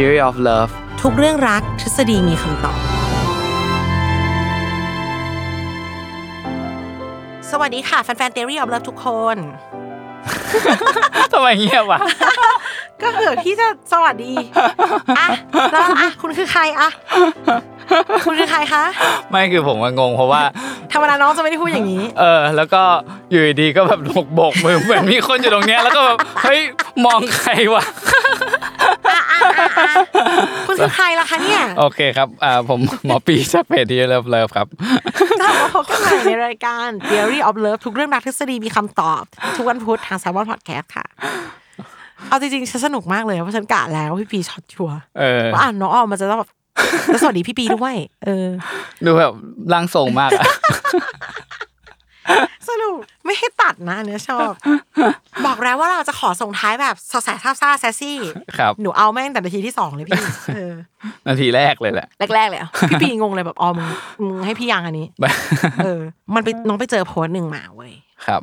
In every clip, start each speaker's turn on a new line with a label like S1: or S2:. S1: Theory of Love
S2: ทุกเรื่องรักทฤษฎีมีคำตอบ สวัสดีค่ะ แฟนๆ Theory of Love ทุกคน
S1: ทำไมเงียบวะ
S2: ก็เหือที่จะสวัสดี อ่ะ แล้วอ่ะ คุณคือใครอ่ะ คุณคือใครคะ
S1: ไม่คือผมว่างงเพราะว่า
S2: ธรรมดาน้องจะไม่ได้พูดอย่างนี้
S1: เออ แล้วก็อยู่ดีๆก็แบบโบกโบกมือเหมือนมีคนอยู่ตรงเนี้ยแล้วก็แบบเฮ้ยมองใครวะ
S2: อ่ะอ่ะอ่ะอ่ะคุณคือใครล่ะคะเนี่ย
S1: โอเคครับ อ่าผม หมอปีจากเพจ Theory of Love ครับ
S2: เรามาพบกันใหม่ในรายการ Theory of Love ทุกเรื่องรักทฤษฎีมีคำตอบ ทุกวันพุธทาง s ซ l m o n Podcast ค่ะ เอาจริงๆฉันสนุกมากเลยเพราะฉันกะแล้วว่าพี่ปีช็อตชัวร์
S1: เอ อ
S2: ว่าอ่านน้องออมมันจะต้องแบบ แล้วสวัสดีพี่ปีด้วย เออ
S1: ดูแบบร่างทรงมาก อะ
S2: สรุปไม่ให้ตัดนะอันเนี้ยชอบ บอกแล้วว่าเราจะขอส่งท้ายแบบสดใสซาบซ่าแซซี่
S1: ครับ
S2: หนูเอาแม่งแต่นาทีที่สองเลยพี่ เออ
S1: นาทีแรกเลยแหละ
S2: แรกๆเลยอะพี่ปีงงเลยแบบออมงมึงให้พี่ยังอันนี้ เออ มันไปน้องไปเจอโพสต์หนึ่งมาเว้ย
S1: ครับ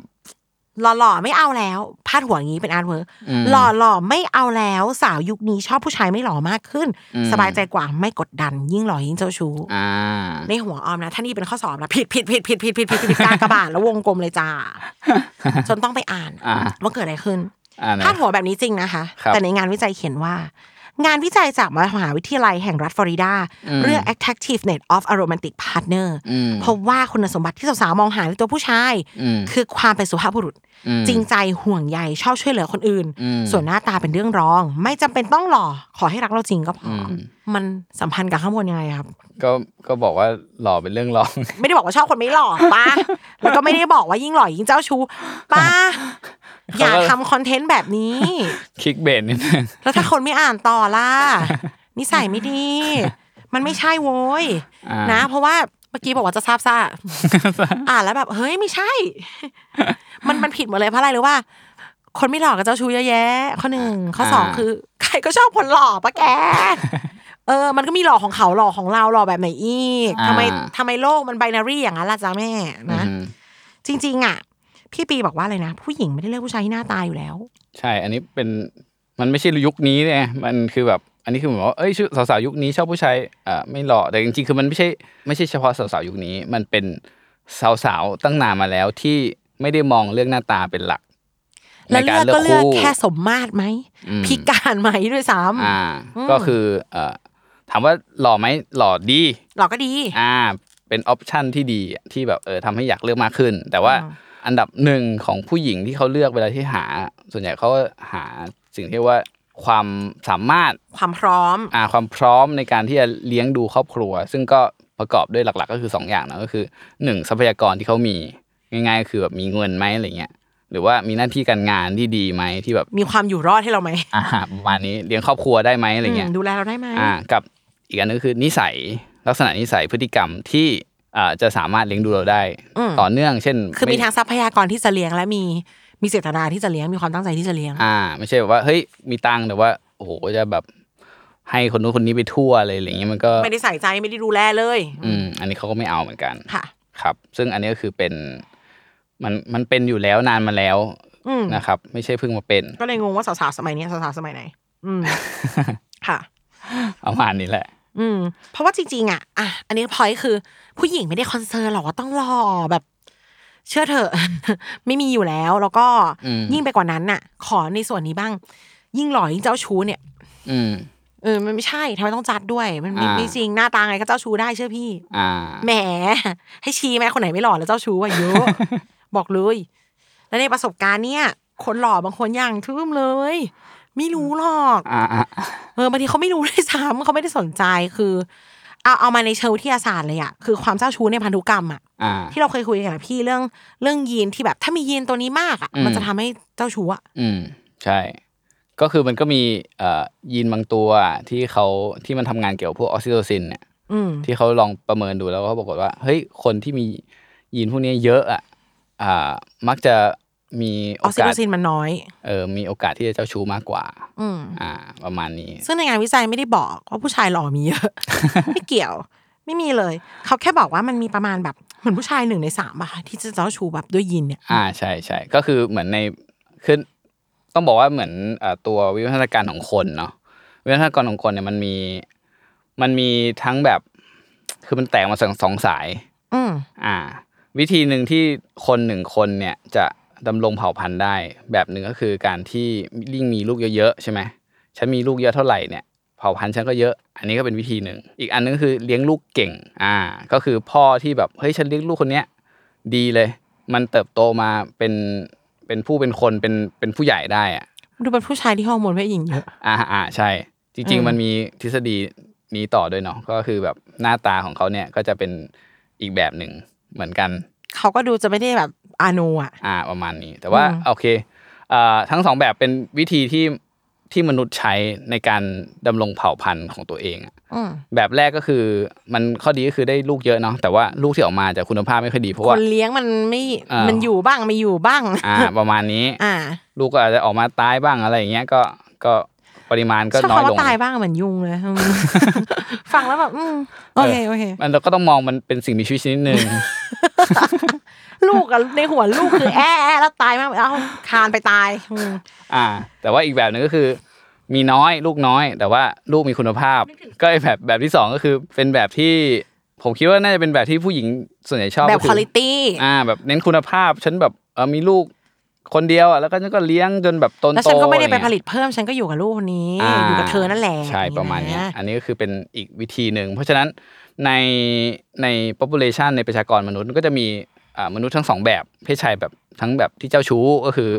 S2: หล่อๆ ไม่เอาแล้วพาดหัวอย่างนี้เป็นอาร์ตเวิร์ก
S1: อืม
S2: หล่อๆ ไม่เอาแล้วสาวยุคนี้ชอบผู้ชายไม่หล่อมากขึ้น
S1: อืม
S2: สบายใจกว่าไม่กดดัน ยิ่งหล่อยิ่งเจ้าชู้
S1: อ่า
S2: ในหัวออมนะท่านี่เป็นข้อสอบนะผิดผิดผิดผิดผิดผิดผิดผิดการกระบาดแล้ววงกลมเลย จ้าจนต้องไปอ่าน
S1: อ่า
S2: ว่าเกิดอะไรขึ้น
S1: อ่านะ
S2: พาดหัวแบบนี้จริงนะคะ
S1: ครับ
S2: แต่ในงานวิจัยเขียนว่า งานวิจัยจากมหาวิทยาลัยแห่งรัฐฟลอริดา
S1: อืม
S2: เรื่อง attractiveness of a romantic partner
S1: อืม
S2: พบว่าคุณสมบัติที่สาวๆมองหาในตัวผู้ชาย
S1: อืม
S2: คือความเป็นสุภาพบุรุษ
S1: ม
S2: จริงใจห่วงใยชอบช่วยเหลือคนอื่น
S1: อืม
S2: ส่วนหน้าตาเป็นเรื่องรอง ไม่จำเป็นต้องหล่อขอให้รักเราจริงก็พออ
S1: ม
S2: มันสัมพันธ์กับข้างบนยังไงครับ
S1: ก็ก็บอกว่าหล่อเป็นเรื่องรอง
S2: ไม่ได้บอกว่าชอบคนไม่หล่อป้า แล้วก็ไม่ได้บอกว่ายิ่งหล่อยิ่งเจ้าชู้ป้า อย่าทำคอนเทนต์แบบนี้
S1: คลิกเบนนิดนึง
S2: แล้วถ้าคนไม่อ่านต่อล่ะ นิสัยไม่ดี มันไม่ใช่โว้ย
S1: อ่าน
S2: นะ เพราะว่าเมื่อกี้บอกว่าจะทราบซ่า อ่านแล้วแบบ เฮ้ยไม่ใช่ มันมันผิดหมดเลยเพราะอะไรหรือว่า คนไม่หล่อกับเจ้าชู้เยอะแยะ ข้อหนึ่งข้อสอง
S1: อ่า
S2: คือ ใครก็ชอบคนหล่อปะแก เออ มันก็มีหล่อของเขาหล่อของเราหล่อแบบไหนอีกทำไมทำไมโลกมันไบนารีอย่างนั้นล่ะจ้าแม่นะ
S1: อืม
S2: จริง ๆ อ่ะ พี่ปีบอกว่าเลยนะ ผู้หญิงไม่ได้เลือกผู้ชายที่หน้าตาอยู่แล้ว
S1: ใช่ อันนี้เป็นมันไม่ใช่ยุคนี้เนี่ยมันคือแบบ อันนี้คือเหมือนว่าเอ้ยชื่อสาวๆยุคนี้ชอบผู้ชายอ่าไม่หล่อแต่จริงๆคือมันไม่ใช่ไม่ใช่เฉพาะสาวๆยุคนี้ มันเป็นสาวๆตั้งนานมาแล้วที่ไม่ได้มองเรื่องหน้าตาเป็นหลัก
S2: แล้ว
S1: ในา
S2: เลือกก็เลือก
S1: คู่
S2: แค่สมมาตรไหม
S1: อืม
S2: พิการไหมด้วยซ้
S1: อ่า ก็คือเอ่อถามว่าหล่อไหมหล่อดี
S2: ำหล่อก็ดี
S1: อ่าเป็นออปชันที่ดีที่แบบเออทำให้อยากเลือกมากขึ้น แต่ว่า
S2: อ่า
S1: อันดับหนึ่งของผู้หญิงที่เขาเลือกเวลาที่หา ส่วนใหญ่เขาหาสิ่งที่เรียกว่าความสามารถ
S2: ความพร้อม
S1: อ่าความพร้อมในการที่จะเลี้ยงดูครอบครัว ซึ่งก็ประกอบด้วยหลัก ๆ ก็คือ 2 อย่างนะก็คือ 1 ทรัพยากรที่เขามีง่ายๆก็คือแบบมีเงินไหมอะไรเงี้ยหรือว่ามีหน้าที่การงานที่ดีไหมที่แบบ
S2: มีความอยู่รอดให้เราไหม
S1: อ่าประมาณนี้เลี้ยงครอบครัวได้ไหมอะไรเงี้ย
S2: อืมดูแลเราได้ไหม
S1: อ่ากับอีกอันนึงคือนิสัยลักษณะนิสัยพฤติกรรมที่อ่าจะสามารถเลี้ยงดูเราได้ ต่อเนื่องเช่น
S2: คือมี
S1: ไ
S2: ทางทรัพยากรที่จะเลี้ยงและมีมีเจตนาที่จะเลี้ยงมีความตั้งใจที่จะเลี้ยง
S1: อ่า ไม่ใช่แบบว่าเฮ้ยมีตังค์แต่ว่าโอ้โหจะแบบให้คนนู้นคนนี้ไปทั่วเลยอะไรอย่างเงี้ยมันก็
S2: ไม่ได้ใส่ใจไม่ได้ดูแลเลย
S1: อืมอันนี้เขาก็ไม่เอาเหมือนกัน
S2: ค่ะ
S1: ครับ ซึ่งอันนี้ก็คือเป็นมันมันเป็นอยู่แล้วนานมาแล้ว
S2: อืม
S1: นะครับ ไม่ใช่เพิ่งมาเป็น
S2: ก็เลยงงว่าสาวๆสมัยเนี้ยสาวๆสมัยไหน อื มค่ะ
S1: ประมาณนี้แหละ
S2: อืมเพราะว่าจริงๆอ่ะอ่ะ อันนี้พอยคือ ผู้หญิงไม่ได้คอนเซิร์นหรอกว่าต้องหล่อแบบ เชื่อเถอะ ไม่มีอยู่แล้ว แล้วก็
S1: อืม
S2: ยิ่งไปกว่านั้นน่ะ ขอในส่วนนี้บ้าง ยิ่งหล่อยิ่งเจ้าชู้เนี่ย
S1: อืม
S2: เออมันไม่ใช่ทำไมต้องจัดด้วย มันไม่
S1: อ่า
S2: ไม่จริงหน้าตาไงก็เจ้าชู้ได้เชื่อพี่
S1: อ่า
S2: แหม ให้ชี้ไหมคนไหนไม่หล่อแล้วเจ้าชู้อะเยอะ บอกเลย แล้วในประสบการณ์เนี่ยคนหล่อบางคนอย่างทึมเลย ไม่รู้หรอก
S1: อ่าอ่า
S2: เออบางทีเขาไม่รู้ด้วยซ้ำเขาไม่ได้สนใจคือเอาเอามาในเชิงวิทยาศาสตร์เลยอะคือความเจ้าชู้ในพันธุกรรมอะ
S1: อ่า
S2: ที่เราเคยคุยกันอะพี่เรื่องเรื่องยีนที่แบบถ้ามียีนตัวนี้มากอะ
S1: อืม
S2: มันจะทำให้เจ้าชู้อะ
S1: อืม ใช่ ก็คือมันก็มีเอ่อยีนบางตัวที่เขาที่มันทำงานเกี่ยวกับพวกออกซิโตซินเนี่ย
S2: อืม
S1: ที่เขาลองประเมินดูแล้วก็ปรากฏว่าเฮ้ยคนที่มียีนพวกนี้เยอะอ่ะอ่า มักจะมี
S2: อ
S1: โอ
S2: อกซิ
S1: กา
S2: โต
S1: ส
S2: ซินมันน้อย
S1: เออมีโอกาสที่จะเจ้าชู้มากกว่า
S2: อืม
S1: อ่า ประมาณนี้
S2: ซึ่งในงานวิจัยไม่ได้บอกว่าผู้ชายหล่อมีเยอะ ไม่เกี่ยว ไม่มีเลย เขาแค่บอกว่ามันมีประมาณแบบเหมือนผู้ชายหนึ่งในสามอะค่ะที่จะเจ้าชู้แบบด้วยยินเนี่ย
S1: อ่าใช่ใช่ก็คือเหมือนในขึ้นต้องบอกว่าเหมือนเอ่อตัววิวัฒนาการของคนเนาะวิวัฒนาการของคนเนี่ยมันมีมันมีทั้งแบบ คือมันแตกมาสองสองสาย
S2: อืม
S1: อ่า วิธีหนึ่งที่คนหนึ่งคนเนี่ยจะดำรงเผ่าพันธุ์ได้ แบบหนึ่งก็คือการที่ยิ่งมีลูกเยอะๆใช่ไหมฉันมีลูกเยอะเท่าไหร่เนี่ยเผ่าพันธุ์ฉันก็เยอะ อันนี้ก็เป็นวิธีหนึ่งอีกอันนึงก็คือเลี้ยงลูกเก่ง อ่า ก็คือพ่อที่แบบเฮ้ยฉันเลี้ยงลูกคนเนี้ยดีเลย มันเติบโตมาเป็นเป็นผู้เป็นคนเป็นเป็นผู้ใหญ่ได้อ่ะ
S2: ดูเป็นผู้ชายที่ฮอร์โมนเพศหญิงเยอะ
S1: อ่าอ่าใช่ จริง
S2: อืม
S1: ๆ มันมีทฤษฎีนี้ต่อด้วยเนาะก็คือแบบหน้าตาของเขาเนี่ยก็จะเป็นอีกแบบหนึ่งเหมือนกัน
S2: เขาก็ดูจะไม่ได้แบบอาโนอะ
S1: อ่าประมาณนี้ แต่ว่า
S2: อืม
S1: โอเคอ่าทั้งสองแบบเป็นวิธีที่ที่มนุษย์ใช้ในการดำรงเผ่าพันธุ์ของตัวเองอะ
S2: อืม
S1: แบบแรกก็คือมันข้อดีก็คือได้ลูกเยอะเนาะแต่ว่าลูกที่ออกมาจะคุณภาพไม่ค่อยดีเพราะ
S2: ค
S1: ว่า
S2: นเลี้ยงมันไม่
S1: อ่ามั
S2: มันอยู่บ้างไม่อยู่บ้าง
S1: อ่าประมาณนี้
S2: อ่า
S1: ลูกก็อาจจะออกมาตายบ้างอะไรอย่างเงี้ยก็ก็ปริมาณก็
S2: ชอบ
S1: น้อยล
S2: คำว่าง ตายบ้างเหมือนยุงเลย อืม ฟังแล้วแบบอืมโอเคโอเค
S1: มันเราก็ต้องมองมันเป็นสิ่งมีชีวิตชนิดหนึ่ง
S2: ลูกอะในหัวลูกคือแอะแอะแล้วตายมากเอ้าคานไปตายอืม
S1: อ่า แต่ว่าอีกแบบหนึ่งก็คือ มีน้อยลูกน้อย แต่ว่าลูกมีคุณภาพ ก็ไอ้แบบแบบที่สองก็คือเป็นแบบที่ผมคิดว่าน่าจะเป็นแบบที่ผู้หญิงส่วนใหญ่ชอบ
S2: แบบ
S1: ก็อ
S2: quality
S1: อ่า แบบเน้นคุณภาพ ฉันแบบเออมีลูกคนเดียวอ่ะแล้วก็ฉันก็เลี้ยงจนแบบโตนโต
S2: แล้วฉันก็ไม่ได้ไป
S1: อะรเงี้ย
S2: ผลิตเพิ่มฉันก็อยู่กับลูกคนนี้
S1: า
S2: อยู่กับเธอนั่นแหละ
S1: ใช่ประมาณเนี้ย
S2: อย่ง
S1: อันนี้ก็คือเป็นอีกวิธีหนึ่ง เพราะฉะนั้นในใน population ในประชากรมนุษย์ก็จะมีอ่ามนุษย์ทั้งสองแบบเพศชายแบบทั้งแบบที่เจ้าชู้ก็คือ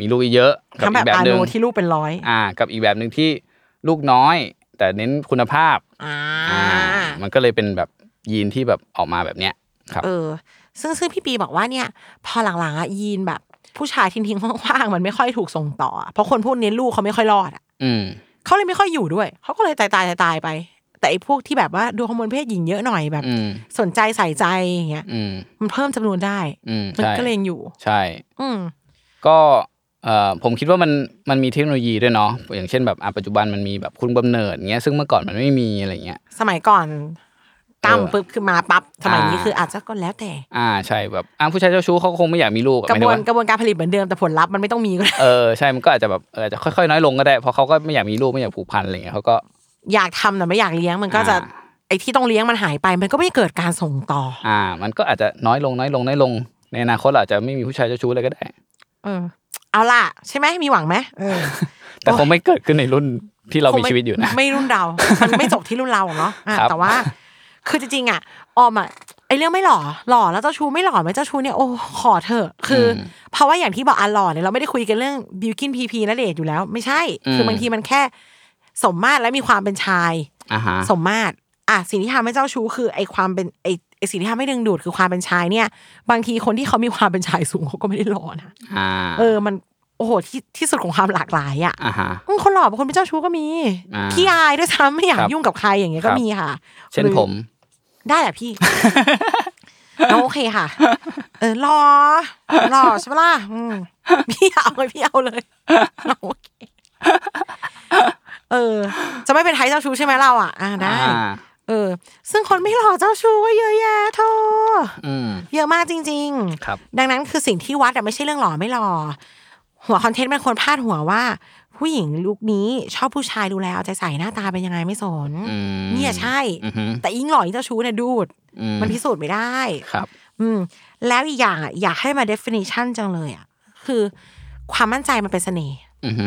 S1: มีลูกเยอะๆกั
S2: ทั้ง
S1: อีก
S2: แบบ
S1: แบบ
S2: อา
S1: ห
S2: โน
S1: นึ่ง
S2: ที่ลูกเป็นร้อย
S1: อ่า กับอีกแบบหนึ่งที่ลูกน้อย แต่เน้นคุณภาพ
S2: อ่า
S1: อ่ามันก็เลยเป็นแบบยีนที่แบบออกมาแบบเนี้ยครับ
S2: เออ ซึ่งซึ่งพี่ปีบอกว่าเนี่ย พอหลังๆอะยีนแบบ ผู้ชายทิ้งทิ้งๆว่างๆมันไม่ค่อยถูกส่งต่อ เพราะคนพวกนี้ลูกเขาไม่ค่อยรอดอะ
S1: อืม
S2: เขาเลยไม่ค่อยอยู่ด้วย เขาก็เลยตายตายตายตายๆไป แต่ไอ้พวกที่แบบว่าดูฮอร์โมนเพศหญิงเยอะหน่อยแบบ
S1: อืม
S2: สนใจใส่ใจอย่างเงี้ย
S1: อืม
S2: มันเพิ่มจำนวนได้
S1: อืม
S2: มัน
S1: ใช่
S2: ก็เลยยังอยู่
S1: ใช่
S2: อืม
S1: ก็เอ่อผมคิดว่ามันมันมีเทคโนโลยีด้วยเนาะอย่างเช่นแบบอ่ะปัจจุบันมันมีแบบคุณบำเนิดเงี้ยซึ่งเมื่อก่อนมันไม่มีอะไรเงี้ย
S2: สมัยก่อนตั้ม
S1: เออ
S2: ปึ๊บขึ้นมาปั๊บสมัยนี้
S1: อ่า
S2: คืออาจจะก็แล้วแต่
S1: อ่าใช่แบบอ่ะผู้ชายเจ้าชู้เขาคงไม่อยากมีลูกอะห
S2: กระ
S1: มายถึ
S2: บ
S1: ง
S2: วน
S1: ว่าก
S2: ระบวนการผลิตเหมือนเดิมแต่ผลลัพธ์มันไม่ต้องมีก็ได้
S1: เออใช่มันก็อาจจะแบบเอออาจจะค่อยๆน้อยลงก็ได้เพราะเขาก็ไม่อยากมีลูกไม่อยากผูกพันอะไรเงี้ยเขาก็
S2: อยากทำแต่ไม่อยากเลี้ยงมันก็จะ
S1: อ่า
S2: ไอ้ที่ต้องเลี้ยงมันหายไป มันก็ไม่เกิดการส่งต่อ
S1: อ่า มันก็อาจจะน้อยลงน้อยลงน้อยลง ในอนาคตเราอาจจะไม่มีผู้ชายเจ้าชู้เลยก็ได้
S2: เออ เอาล่ะ ใช่ไหมมีหวังไหมเออ
S1: แต่คงไม่เกิดขึ้นในรุ่นที่เรา
S2: คง
S1: มี
S2: ไ
S1: ชีวิตอยู่นะ
S2: ไม่รุ่นเรา มันไม่จบที่รุ่นเราหรอกเนาะอ่ะ
S1: ครับ
S2: แต่ว่า คือจริงๆอ่ะออมอ่ะไอ้เรื่องไม่หล่อหล่อแล้วเจ้าชู้ไม่หล่อไหมเจ้าชู้เนี่ยโอ้ขอเถอะคืออเพราะว่าอย่างที่บอกอ่ะหล่อเนี่ยเราไม่ได้คุยกันเรื่องบิวกินพีพีและเดทอยู่แล้ว ไม่ใช่ คือบางทีมันแค่ สมมาตรและมีความเป็นชาย
S1: อ่าฮะ
S2: สมมาตรอ่ะสิ่งที่ทำให้เจ้าชู้คือไอความเป็นไอไอสิ่งที่ทำให้ดึงดูดคือความเป็นชายเนี่ย บางทีคนที่เขามีความเป็นชายสูงเขาก็ไม่ได้หล่อนะ
S1: อ่า
S2: เออมันโอ้โหที่ที่สุดของความหลากหลายอ่ะ
S1: อ่าฮะ
S2: อืมคนหล่อบางคนเป็นเจ้าชู้ก็มี
S1: อ่า
S2: ขี้อายด้วยซ้ำไม่อยาก
S1: ครับ
S2: ยุ่งกับใครอย่างเงี้
S1: ค
S2: ย
S1: รับ
S2: ก็มีค่ะ
S1: เช่น
S2: หรือ
S1: ผม
S2: ได้แหละ พี่ เอาโอเคค่ะ เออหล่อหล่อใช่ปะล่ะอืมพี่เอาเลยพี่เอาเลยเอาโอเคเออ จะไม่เป็นไทยเจ้าชู้ใช่ไหมเราอ่ะอ่าได้
S1: อ่า
S2: เออ ซึ่งคนไม่หล่อเจ้าชู้ก็เยอะแยะโธ่
S1: อืม
S2: เยอะมากจริง
S1: ครับ
S2: ดังนั้นคือสิ่งที่วัดอะไม่ใช่เรื่องหล่อไม่หล่อ หัวคอนเทนต์มันควรพาดหัวว่า ผู้หญิงลุคนี้ชอบผู้ชายดูแลเอาใจใส่หน้าตาเป็นยังไงไม่สน
S1: อืม
S2: เนี่ยใช่
S1: อือฮึ
S2: แต่ยิ่งหล่อยิ่งเจ้าชู้เนี่ยดูด
S1: อื
S2: มันพิสูจน์ไม่ได้
S1: ครับ
S2: อืม แล้วอีกอย่างอ่ะอยากให้มา definition จังเลยอ่ะคือความมั่นใจมันเป็นเสน่ห์
S1: อือฮึ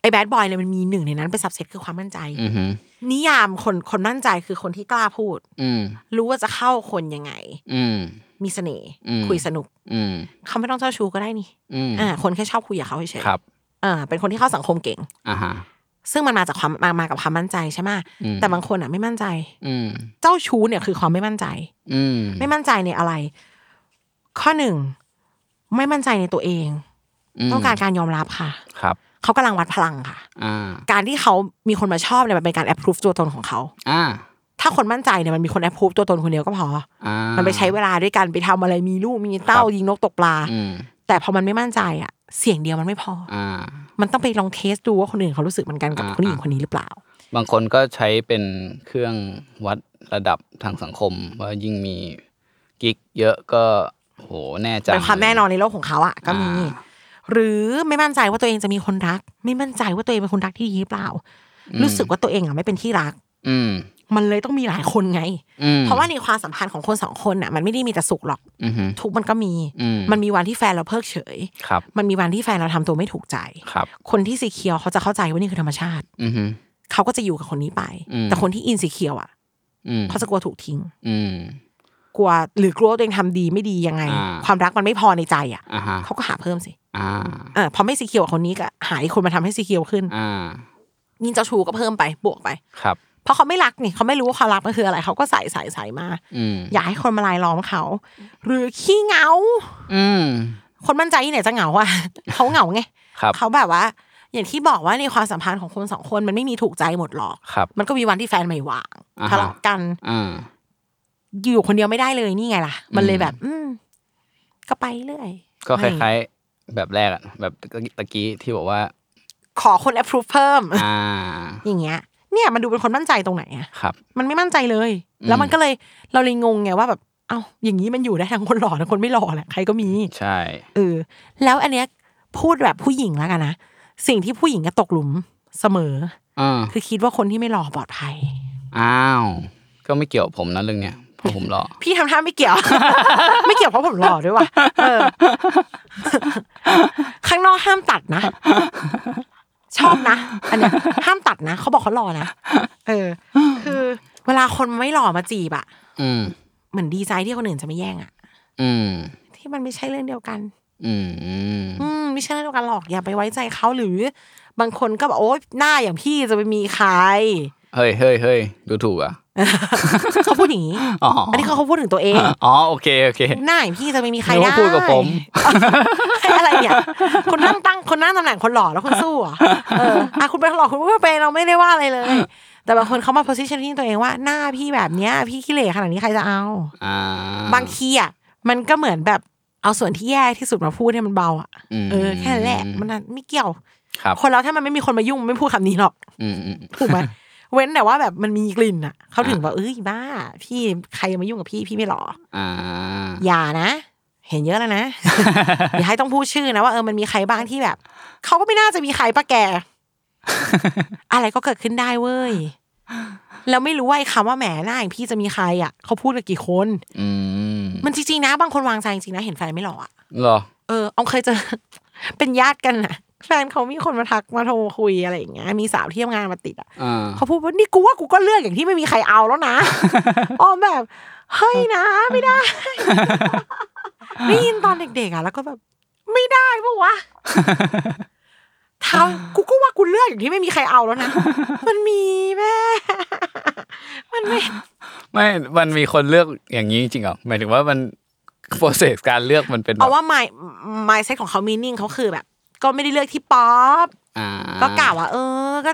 S2: ไอ้แบดบอยเนี่ยมันมีหนึ่งในนั้นเป็นสับเซตคือความมั่นใจ
S1: อือฮึ
S2: นิยามคนคนมั่นใจคือคนที่กล้าพูด
S1: อืม
S2: รู้ว่าจะเข้าคนยังไง
S1: อืม
S2: มีเสน่ห์
S1: อืม
S2: คุยสนุก
S1: อืม
S2: เขาไม่ต้องเจ้าชู้ก็ได้นี่
S1: อืม
S2: อ่าคนแค่ชอบคุยกับเขาเฉย
S1: ครับ
S2: ๆอ่าเป็นคนที่เข้าสังคมเก่ง
S1: อ่าฮะ
S2: ซึ่งมันมาจากความมามากับความมั่นใจใช่ไหมะ
S1: อืม
S2: แต่บางคนอ่ะไม่มั่นใจ
S1: อืม
S2: เจ้าชู้เนี่ยคือความไม่มั่นใจ
S1: อืม
S2: ไม่มั่นใจในอะไร ข้อหนึ่งไม่มั่นใจในตัวเอง
S1: ม
S2: ต้องการการยอมรับค่ะ
S1: ครับ
S2: เขากำลังวัดพลังค่ะ
S1: อ่า
S2: การที่เขามีคนมาชอบเนี่ยมันเป็นการแอปพรูฟตัวตนของเขา
S1: อ่า
S2: ถ้าคนมั่นใจเนี่ยมันมีคนแอปพรูฟตัวตนคนเดียวก็พอ
S1: อ่ามั
S2: มันไปใช้เวลาด้วยกันไปทำอะไรมีลูกมีเต้า
S1: ครับ
S2: ยิงนกตกปลา
S1: อืม
S2: แต่พอมันไม่มั่นใจอ่ะ เสียงเดียวมันไม่พออ
S1: อ่า
S2: มันต้องไปลองเทสดูว่าคนอื่นเขารู้สึกเหมือนกันกับ
S1: อ่า
S2: คนหญิงคนนี้หรือเปล่า
S1: บางคนก็ใช้เป็นเครื่องวัดระดับทางสังคม ว่ายิ่งมีกิ๊กเยอะก็โหแน่ใจ
S2: เป็นความแน่นอนในโลกของเขาอ่ะก็มี
S1: อ่า
S2: หรือไม่มั่นใจว่าตัวเองจะมีคนรัก ไม่มั่นใจว่าตัวเองเป็นคนรักที่ดีหรือเปล่า รู้สึกว่าตัวเองอ่ะไม่เป็นที่รัก
S1: อืม
S2: มันเลยต้องมีหลายคนไง
S1: อืม
S2: เพราะว่าในความสัมพันธ์ของคนสองคนน่ะมันไม่ได้มีแต่สุขหรอก
S1: อือฮึ
S2: ทุกข์มันก็มี
S1: อืม
S2: มันมีวันที่แฟนเราเพิกเฉย
S1: ครับ
S2: มันมีวันที่แฟนเราทำตัวไม่ถูกใจ
S1: ครับ
S2: คนที่สีเขียวเขาจะเข้าใจว่านี่คือธรรมชาติ
S1: อือฮึ
S2: เขาก็จะอยู่กับคนนี้ไป
S1: อืม
S2: แต่คนที่อินสีเขียวอ่ะ
S1: อืม
S2: เขาจะกลัวถูกทิ้ง
S1: อืม
S2: กลัวหรือกลัวว่าตัวเองทำดีไม่ดียังไง
S1: อ่า
S2: ความรักมันไม่พอในใจอ่ะ
S1: อ่าฮะ
S2: เขาก็หาเพิ่มสิ
S1: อ่า
S2: อ่าพอไม่สีเขียวกับคนนี้ก็หาอีกคนมาทำให้สีเขียวขึ้น
S1: อ่า
S2: ยิ่งเจ้าชูก็เพิ่มไปบวกไป
S1: ครับ
S2: เพราะเขาไม่รักนี่เขาไม่รู้ว่าความรักมันคืออะไร เขาก็ใส่ใส่ใส่มา
S1: อืม
S2: อยากให้คนมาลายล้อมเขา หรือขี้เหงา
S1: อืม
S2: คนมั่นใจที่ไหนจะเหงาอ่ะ เขาเหงาไง
S1: ครับ
S2: เขาแบบว่า อย่างที่บอกว่าในความสัมพันธ์ของคนสองคนมันไม่มีถูกใจหมดหรอก
S1: ครับ
S2: มันก็มีวันที่แฟนไม่ว่าง
S1: อ่าฮะ
S2: ทะเลาะกัน
S1: อ่า
S2: อยู่คนเดียวไม่ได้เลยนี่ไงล่ะ มันเลยแบบ อืมก็ไปเรื่อย
S1: ก็ค
S2: ไม่
S1: ล้ายๆแบบแรกอะแบบตะกี้ที่บอกว่า
S2: ขอคน approve เพิ่ม
S1: อ่า
S2: อย่างเงี้ย เนี่ยมันดูเป็นคนมั่นใจตรงไหนอะ
S1: ครับ
S2: มันไม่มั่นใจเลย แล้วมันก็เลยเราเลยงงไงว่าแบบ เอ้าอย่างนี้มันอยู่ได้ทั้งคนหล่อทั้งคนไม่หล่อแหละใครก็มี
S1: ใช่
S2: เออแล้วอันเนี้ยพูดแบบผู้หญิงแล้วกันนะสิ่งที่ผู้หญิงจะตกหลุมเสมอ
S1: อ่า
S2: คือคิดว่าคนที่ไม่หล่อปลอดภัย
S1: อ้าวก็ไม่เกี่ยวผมนะเรื่องเนี้ยเพราะผม หล่อ
S2: พี่ทำท่าไม่เกี่ยว ไม่เกี่ยวเพราะผมหล่อด้วยว่ะเออ ข้างนอกห้ามตัดนะ ชอบนะ อันเนี้ยห้ามตัดนะเขาบอกเขาหล่อนะเออ คือ เวลาคนไม่หล่อมาจีบอะ
S1: อืม
S2: เหมือนดีใจที่คนอื่นจะไม่แย่งอะ
S1: อืม
S2: ที่มันไม่ใช่เรื่องเดียวกัน
S1: อืม
S2: อืมไม่ใช่เรื่องเดียวกันหรอกอย่าไปไว้ใจเขาหรือ บางคนก็บอกโอ๊ยหน้าอย่างพี่จะไปมีใคร
S1: เฮ้ยเฮ้ยเฮ้ยดูถูกอ่ะ
S2: เขาพูดอย่างนี้
S1: อ๋อ
S2: อันนี้เขาเขาพูดถึงตัวเอง
S1: อ๋อ โอเค โอเค
S2: หน้าอย่างพี่จะไม่มีใคร
S1: นึก
S2: ได้
S1: ว่าพูดกับผม
S2: อะไรเนี่ยคนนั่งตั้งคนนั่งตำแหน่งคนหล่อแล้วคนสู้เหรอเอออ่ะคุณเป็นคนหล่อคุณก็เป็นเราไม่ได้ว่าอะไรเลย แต่บางคนเขามา positioning ตัวเองว่าหน้าพี่แบบเนี้ยพี่ขี้เหร่ขนาดนี้ใครจะเอา
S1: อ่า
S2: บางทีอ่ะมันก็เหมือนแบบเอาส่วนที่แย่ที่สุดมาพูดให้มันเบาอ่ะ
S1: ม
S2: เออแค่นั้นแหละมันน่ะไม่เกี่ยว
S1: ครับ
S2: คนเราถ้ามันไม่มีคนมายุ่งมันไม่พูดคำนี้หรอก
S1: อืมอืม
S2: ถูก ไหมเว้นแต่ว่าแบบมันมีกลิ่นอ่ะเขาถึงว่าเอ้ยบ้า พี่ใครมายุ่งกับพี่พี่ไม่หล่อ
S1: อ่า
S2: อย่านะ เห็นเยอะแล้วนะ อย่าให้ต้องพูดชื่อนะว่าเออมันมีใครบ้างที่แบบเขาก็ไม่น่าจะมีใครปะแก อะไรก็เกิดขึ้นได้เว้ยแล้วไม่รู้ว่าไอ้คำว่าแหมหน้าอย่างพี่จะมีใครอ่ะเขาพูดกับกี่คน
S1: อืม
S2: มันจริงๆนะ บางคนวางใจจริงๆนะ เห็นแฟนไม่หล่ออะ
S1: เหรอ
S2: เออเอาเคยเจอ เป็นญาติกันอะแฟนเขามีคนมาทักมาโทรคุยอะไรอย่างเงี้ยมีสาวที่ทำงานมาติดอะ
S1: อ่า
S2: เขาพูดว่านี่กูว่ากูก็เลือกอย่างที่ไม่มีใครเอาแล้ว นะ ออมแบบเฮ้ยนะไม่ได้ ได้ยินตอนเด็กๆอ่ะแล้วก็แบบ ไม่ได้ปะวะ ทำกูก็ว่ากูเลือกอย่างที่ไม่มีใครเอาแล้วนะ มันมีแม่ มันไม่
S1: ไม่มันมีคนเลือกอย่างนี้จริงๆเหรอหมายถึงว่ามัน process การเลือกมันเป็นแบ
S2: เอา
S1: บ
S2: ว่าไมไมเซ็ตของเขามีนิ่งเขาคือแบบ ก็ไม่ได้เลือกที่ป๊อป
S1: อ่า
S2: ก็กล่าวว่า เออ ก็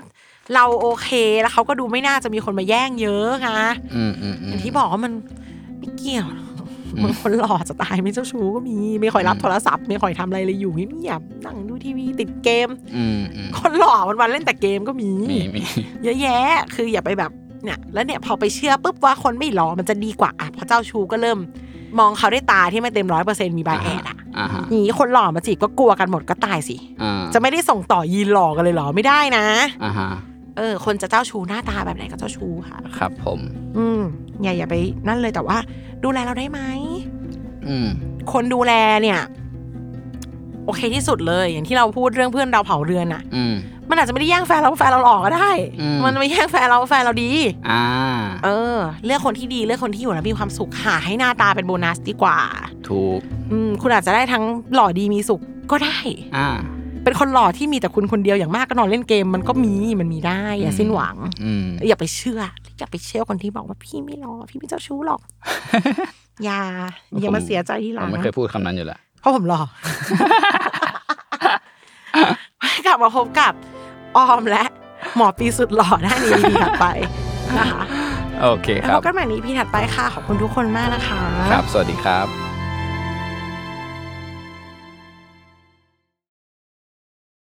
S2: เราโอเคแล้วเขาก็ดูไม่น่าจะมีคนมาแย่งเยอะนะ
S1: อืมอืมอื
S2: อ
S1: ม
S2: ย่างที่บอกว่ามันไม่เกี่ยวบางคนหล่อจะตายไม่เจ้าชู้ก็มีไม่ค่อยรับโทรศัพท์ไม่ค่อยทำอะไรเลยอยู่เงียบๆนั่งดูทีวีติดเกม
S1: อืมอืม
S2: คนหล่อวันวันๆเล่นแต่เกมก็มี
S1: มีมี
S2: เยอะแยะ คืออย่าไปแบบเนี่ย แล้วเนี่ยพอไปเชื่อปุ๊บว่าคนไม่หล่อมันจะดีกว่าอ่ะพอเจ้าชู้ก็เริ่ม มองเขาด้วยตาที่ไม่เต็มร้อยเปอร์เซ็นต์มีบาแอดอ่ะ
S1: อ่าฮะ
S2: หนีคนหล่อมาจีบก็กลัวกันหมดก็ตายสิ
S1: อ่า
S2: จะไม่ได้ส่งต่อยีนหล่อกันเลยเหรอไม่ได้นะ
S1: อ่าฮะ
S2: เออ คนจะเจ้าชู้หน้าตาแบบไหนก็เจ้าชู้ค่ะ
S1: ครับผม
S2: อืมอย่าอย่าไปนั่นเลยแต่ว่า ดูแลเราได้ไหม
S1: อืม
S2: คนดูแลเนี่ย โอเคที่สุดเลย อย่างที่เราพูดเรื่องเพื่อนเราเผาเรือนอะ
S1: อืม
S2: มันอาจจะไม่ได้แย่งแฟนเราแฟนเราหลอกก็ได้
S1: อืม
S2: มันไม่แย่งแฟนเราแฟนเราดี
S1: อ่า
S2: เออ เลือกคนที่ดีเลือกคนที่อยู่แล้วมีความสุขหาให้หน้าตาเป็นโบนัสดีกว่า
S1: ถูก
S2: อืมคุณอาจจะได้ทั้งหล่อดีมีสุขก็ได้
S1: อ่า
S2: เป็นคนหล่อที่มีแต่คุณคนเดียวอย่างมากก็นอนเล่นเกมมันก็มีมันมีได้ อย่า
S1: อืม
S2: สิ้นหวัง
S1: อืม
S2: อย่าไปเชื่อ อย่าไปเชื่อคนที่บอกว่าพี่ไม่รอ พี่ไม่เจ้าชู้หรอก อย่าอย่ามาเสียใจทีห
S1: ผ
S2: ลั
S1: ม
S2: ง
S1: ไม่เคยพูดคำนั้นอยู่แล้ว
S2: เพราะผมรอ กลับมาพบกับออมและ หมอปีสุดหล่อหน้านี้ดีถัดไปนะคะ
S1: โอเค
S2: แล้ว
S1: ครั
S2: พบบ กันใหม่นี้พี่ถัดไปค่ะ ขอบคุณทุกคนมากนะคะ
S1: ครับ สวัสดีครับ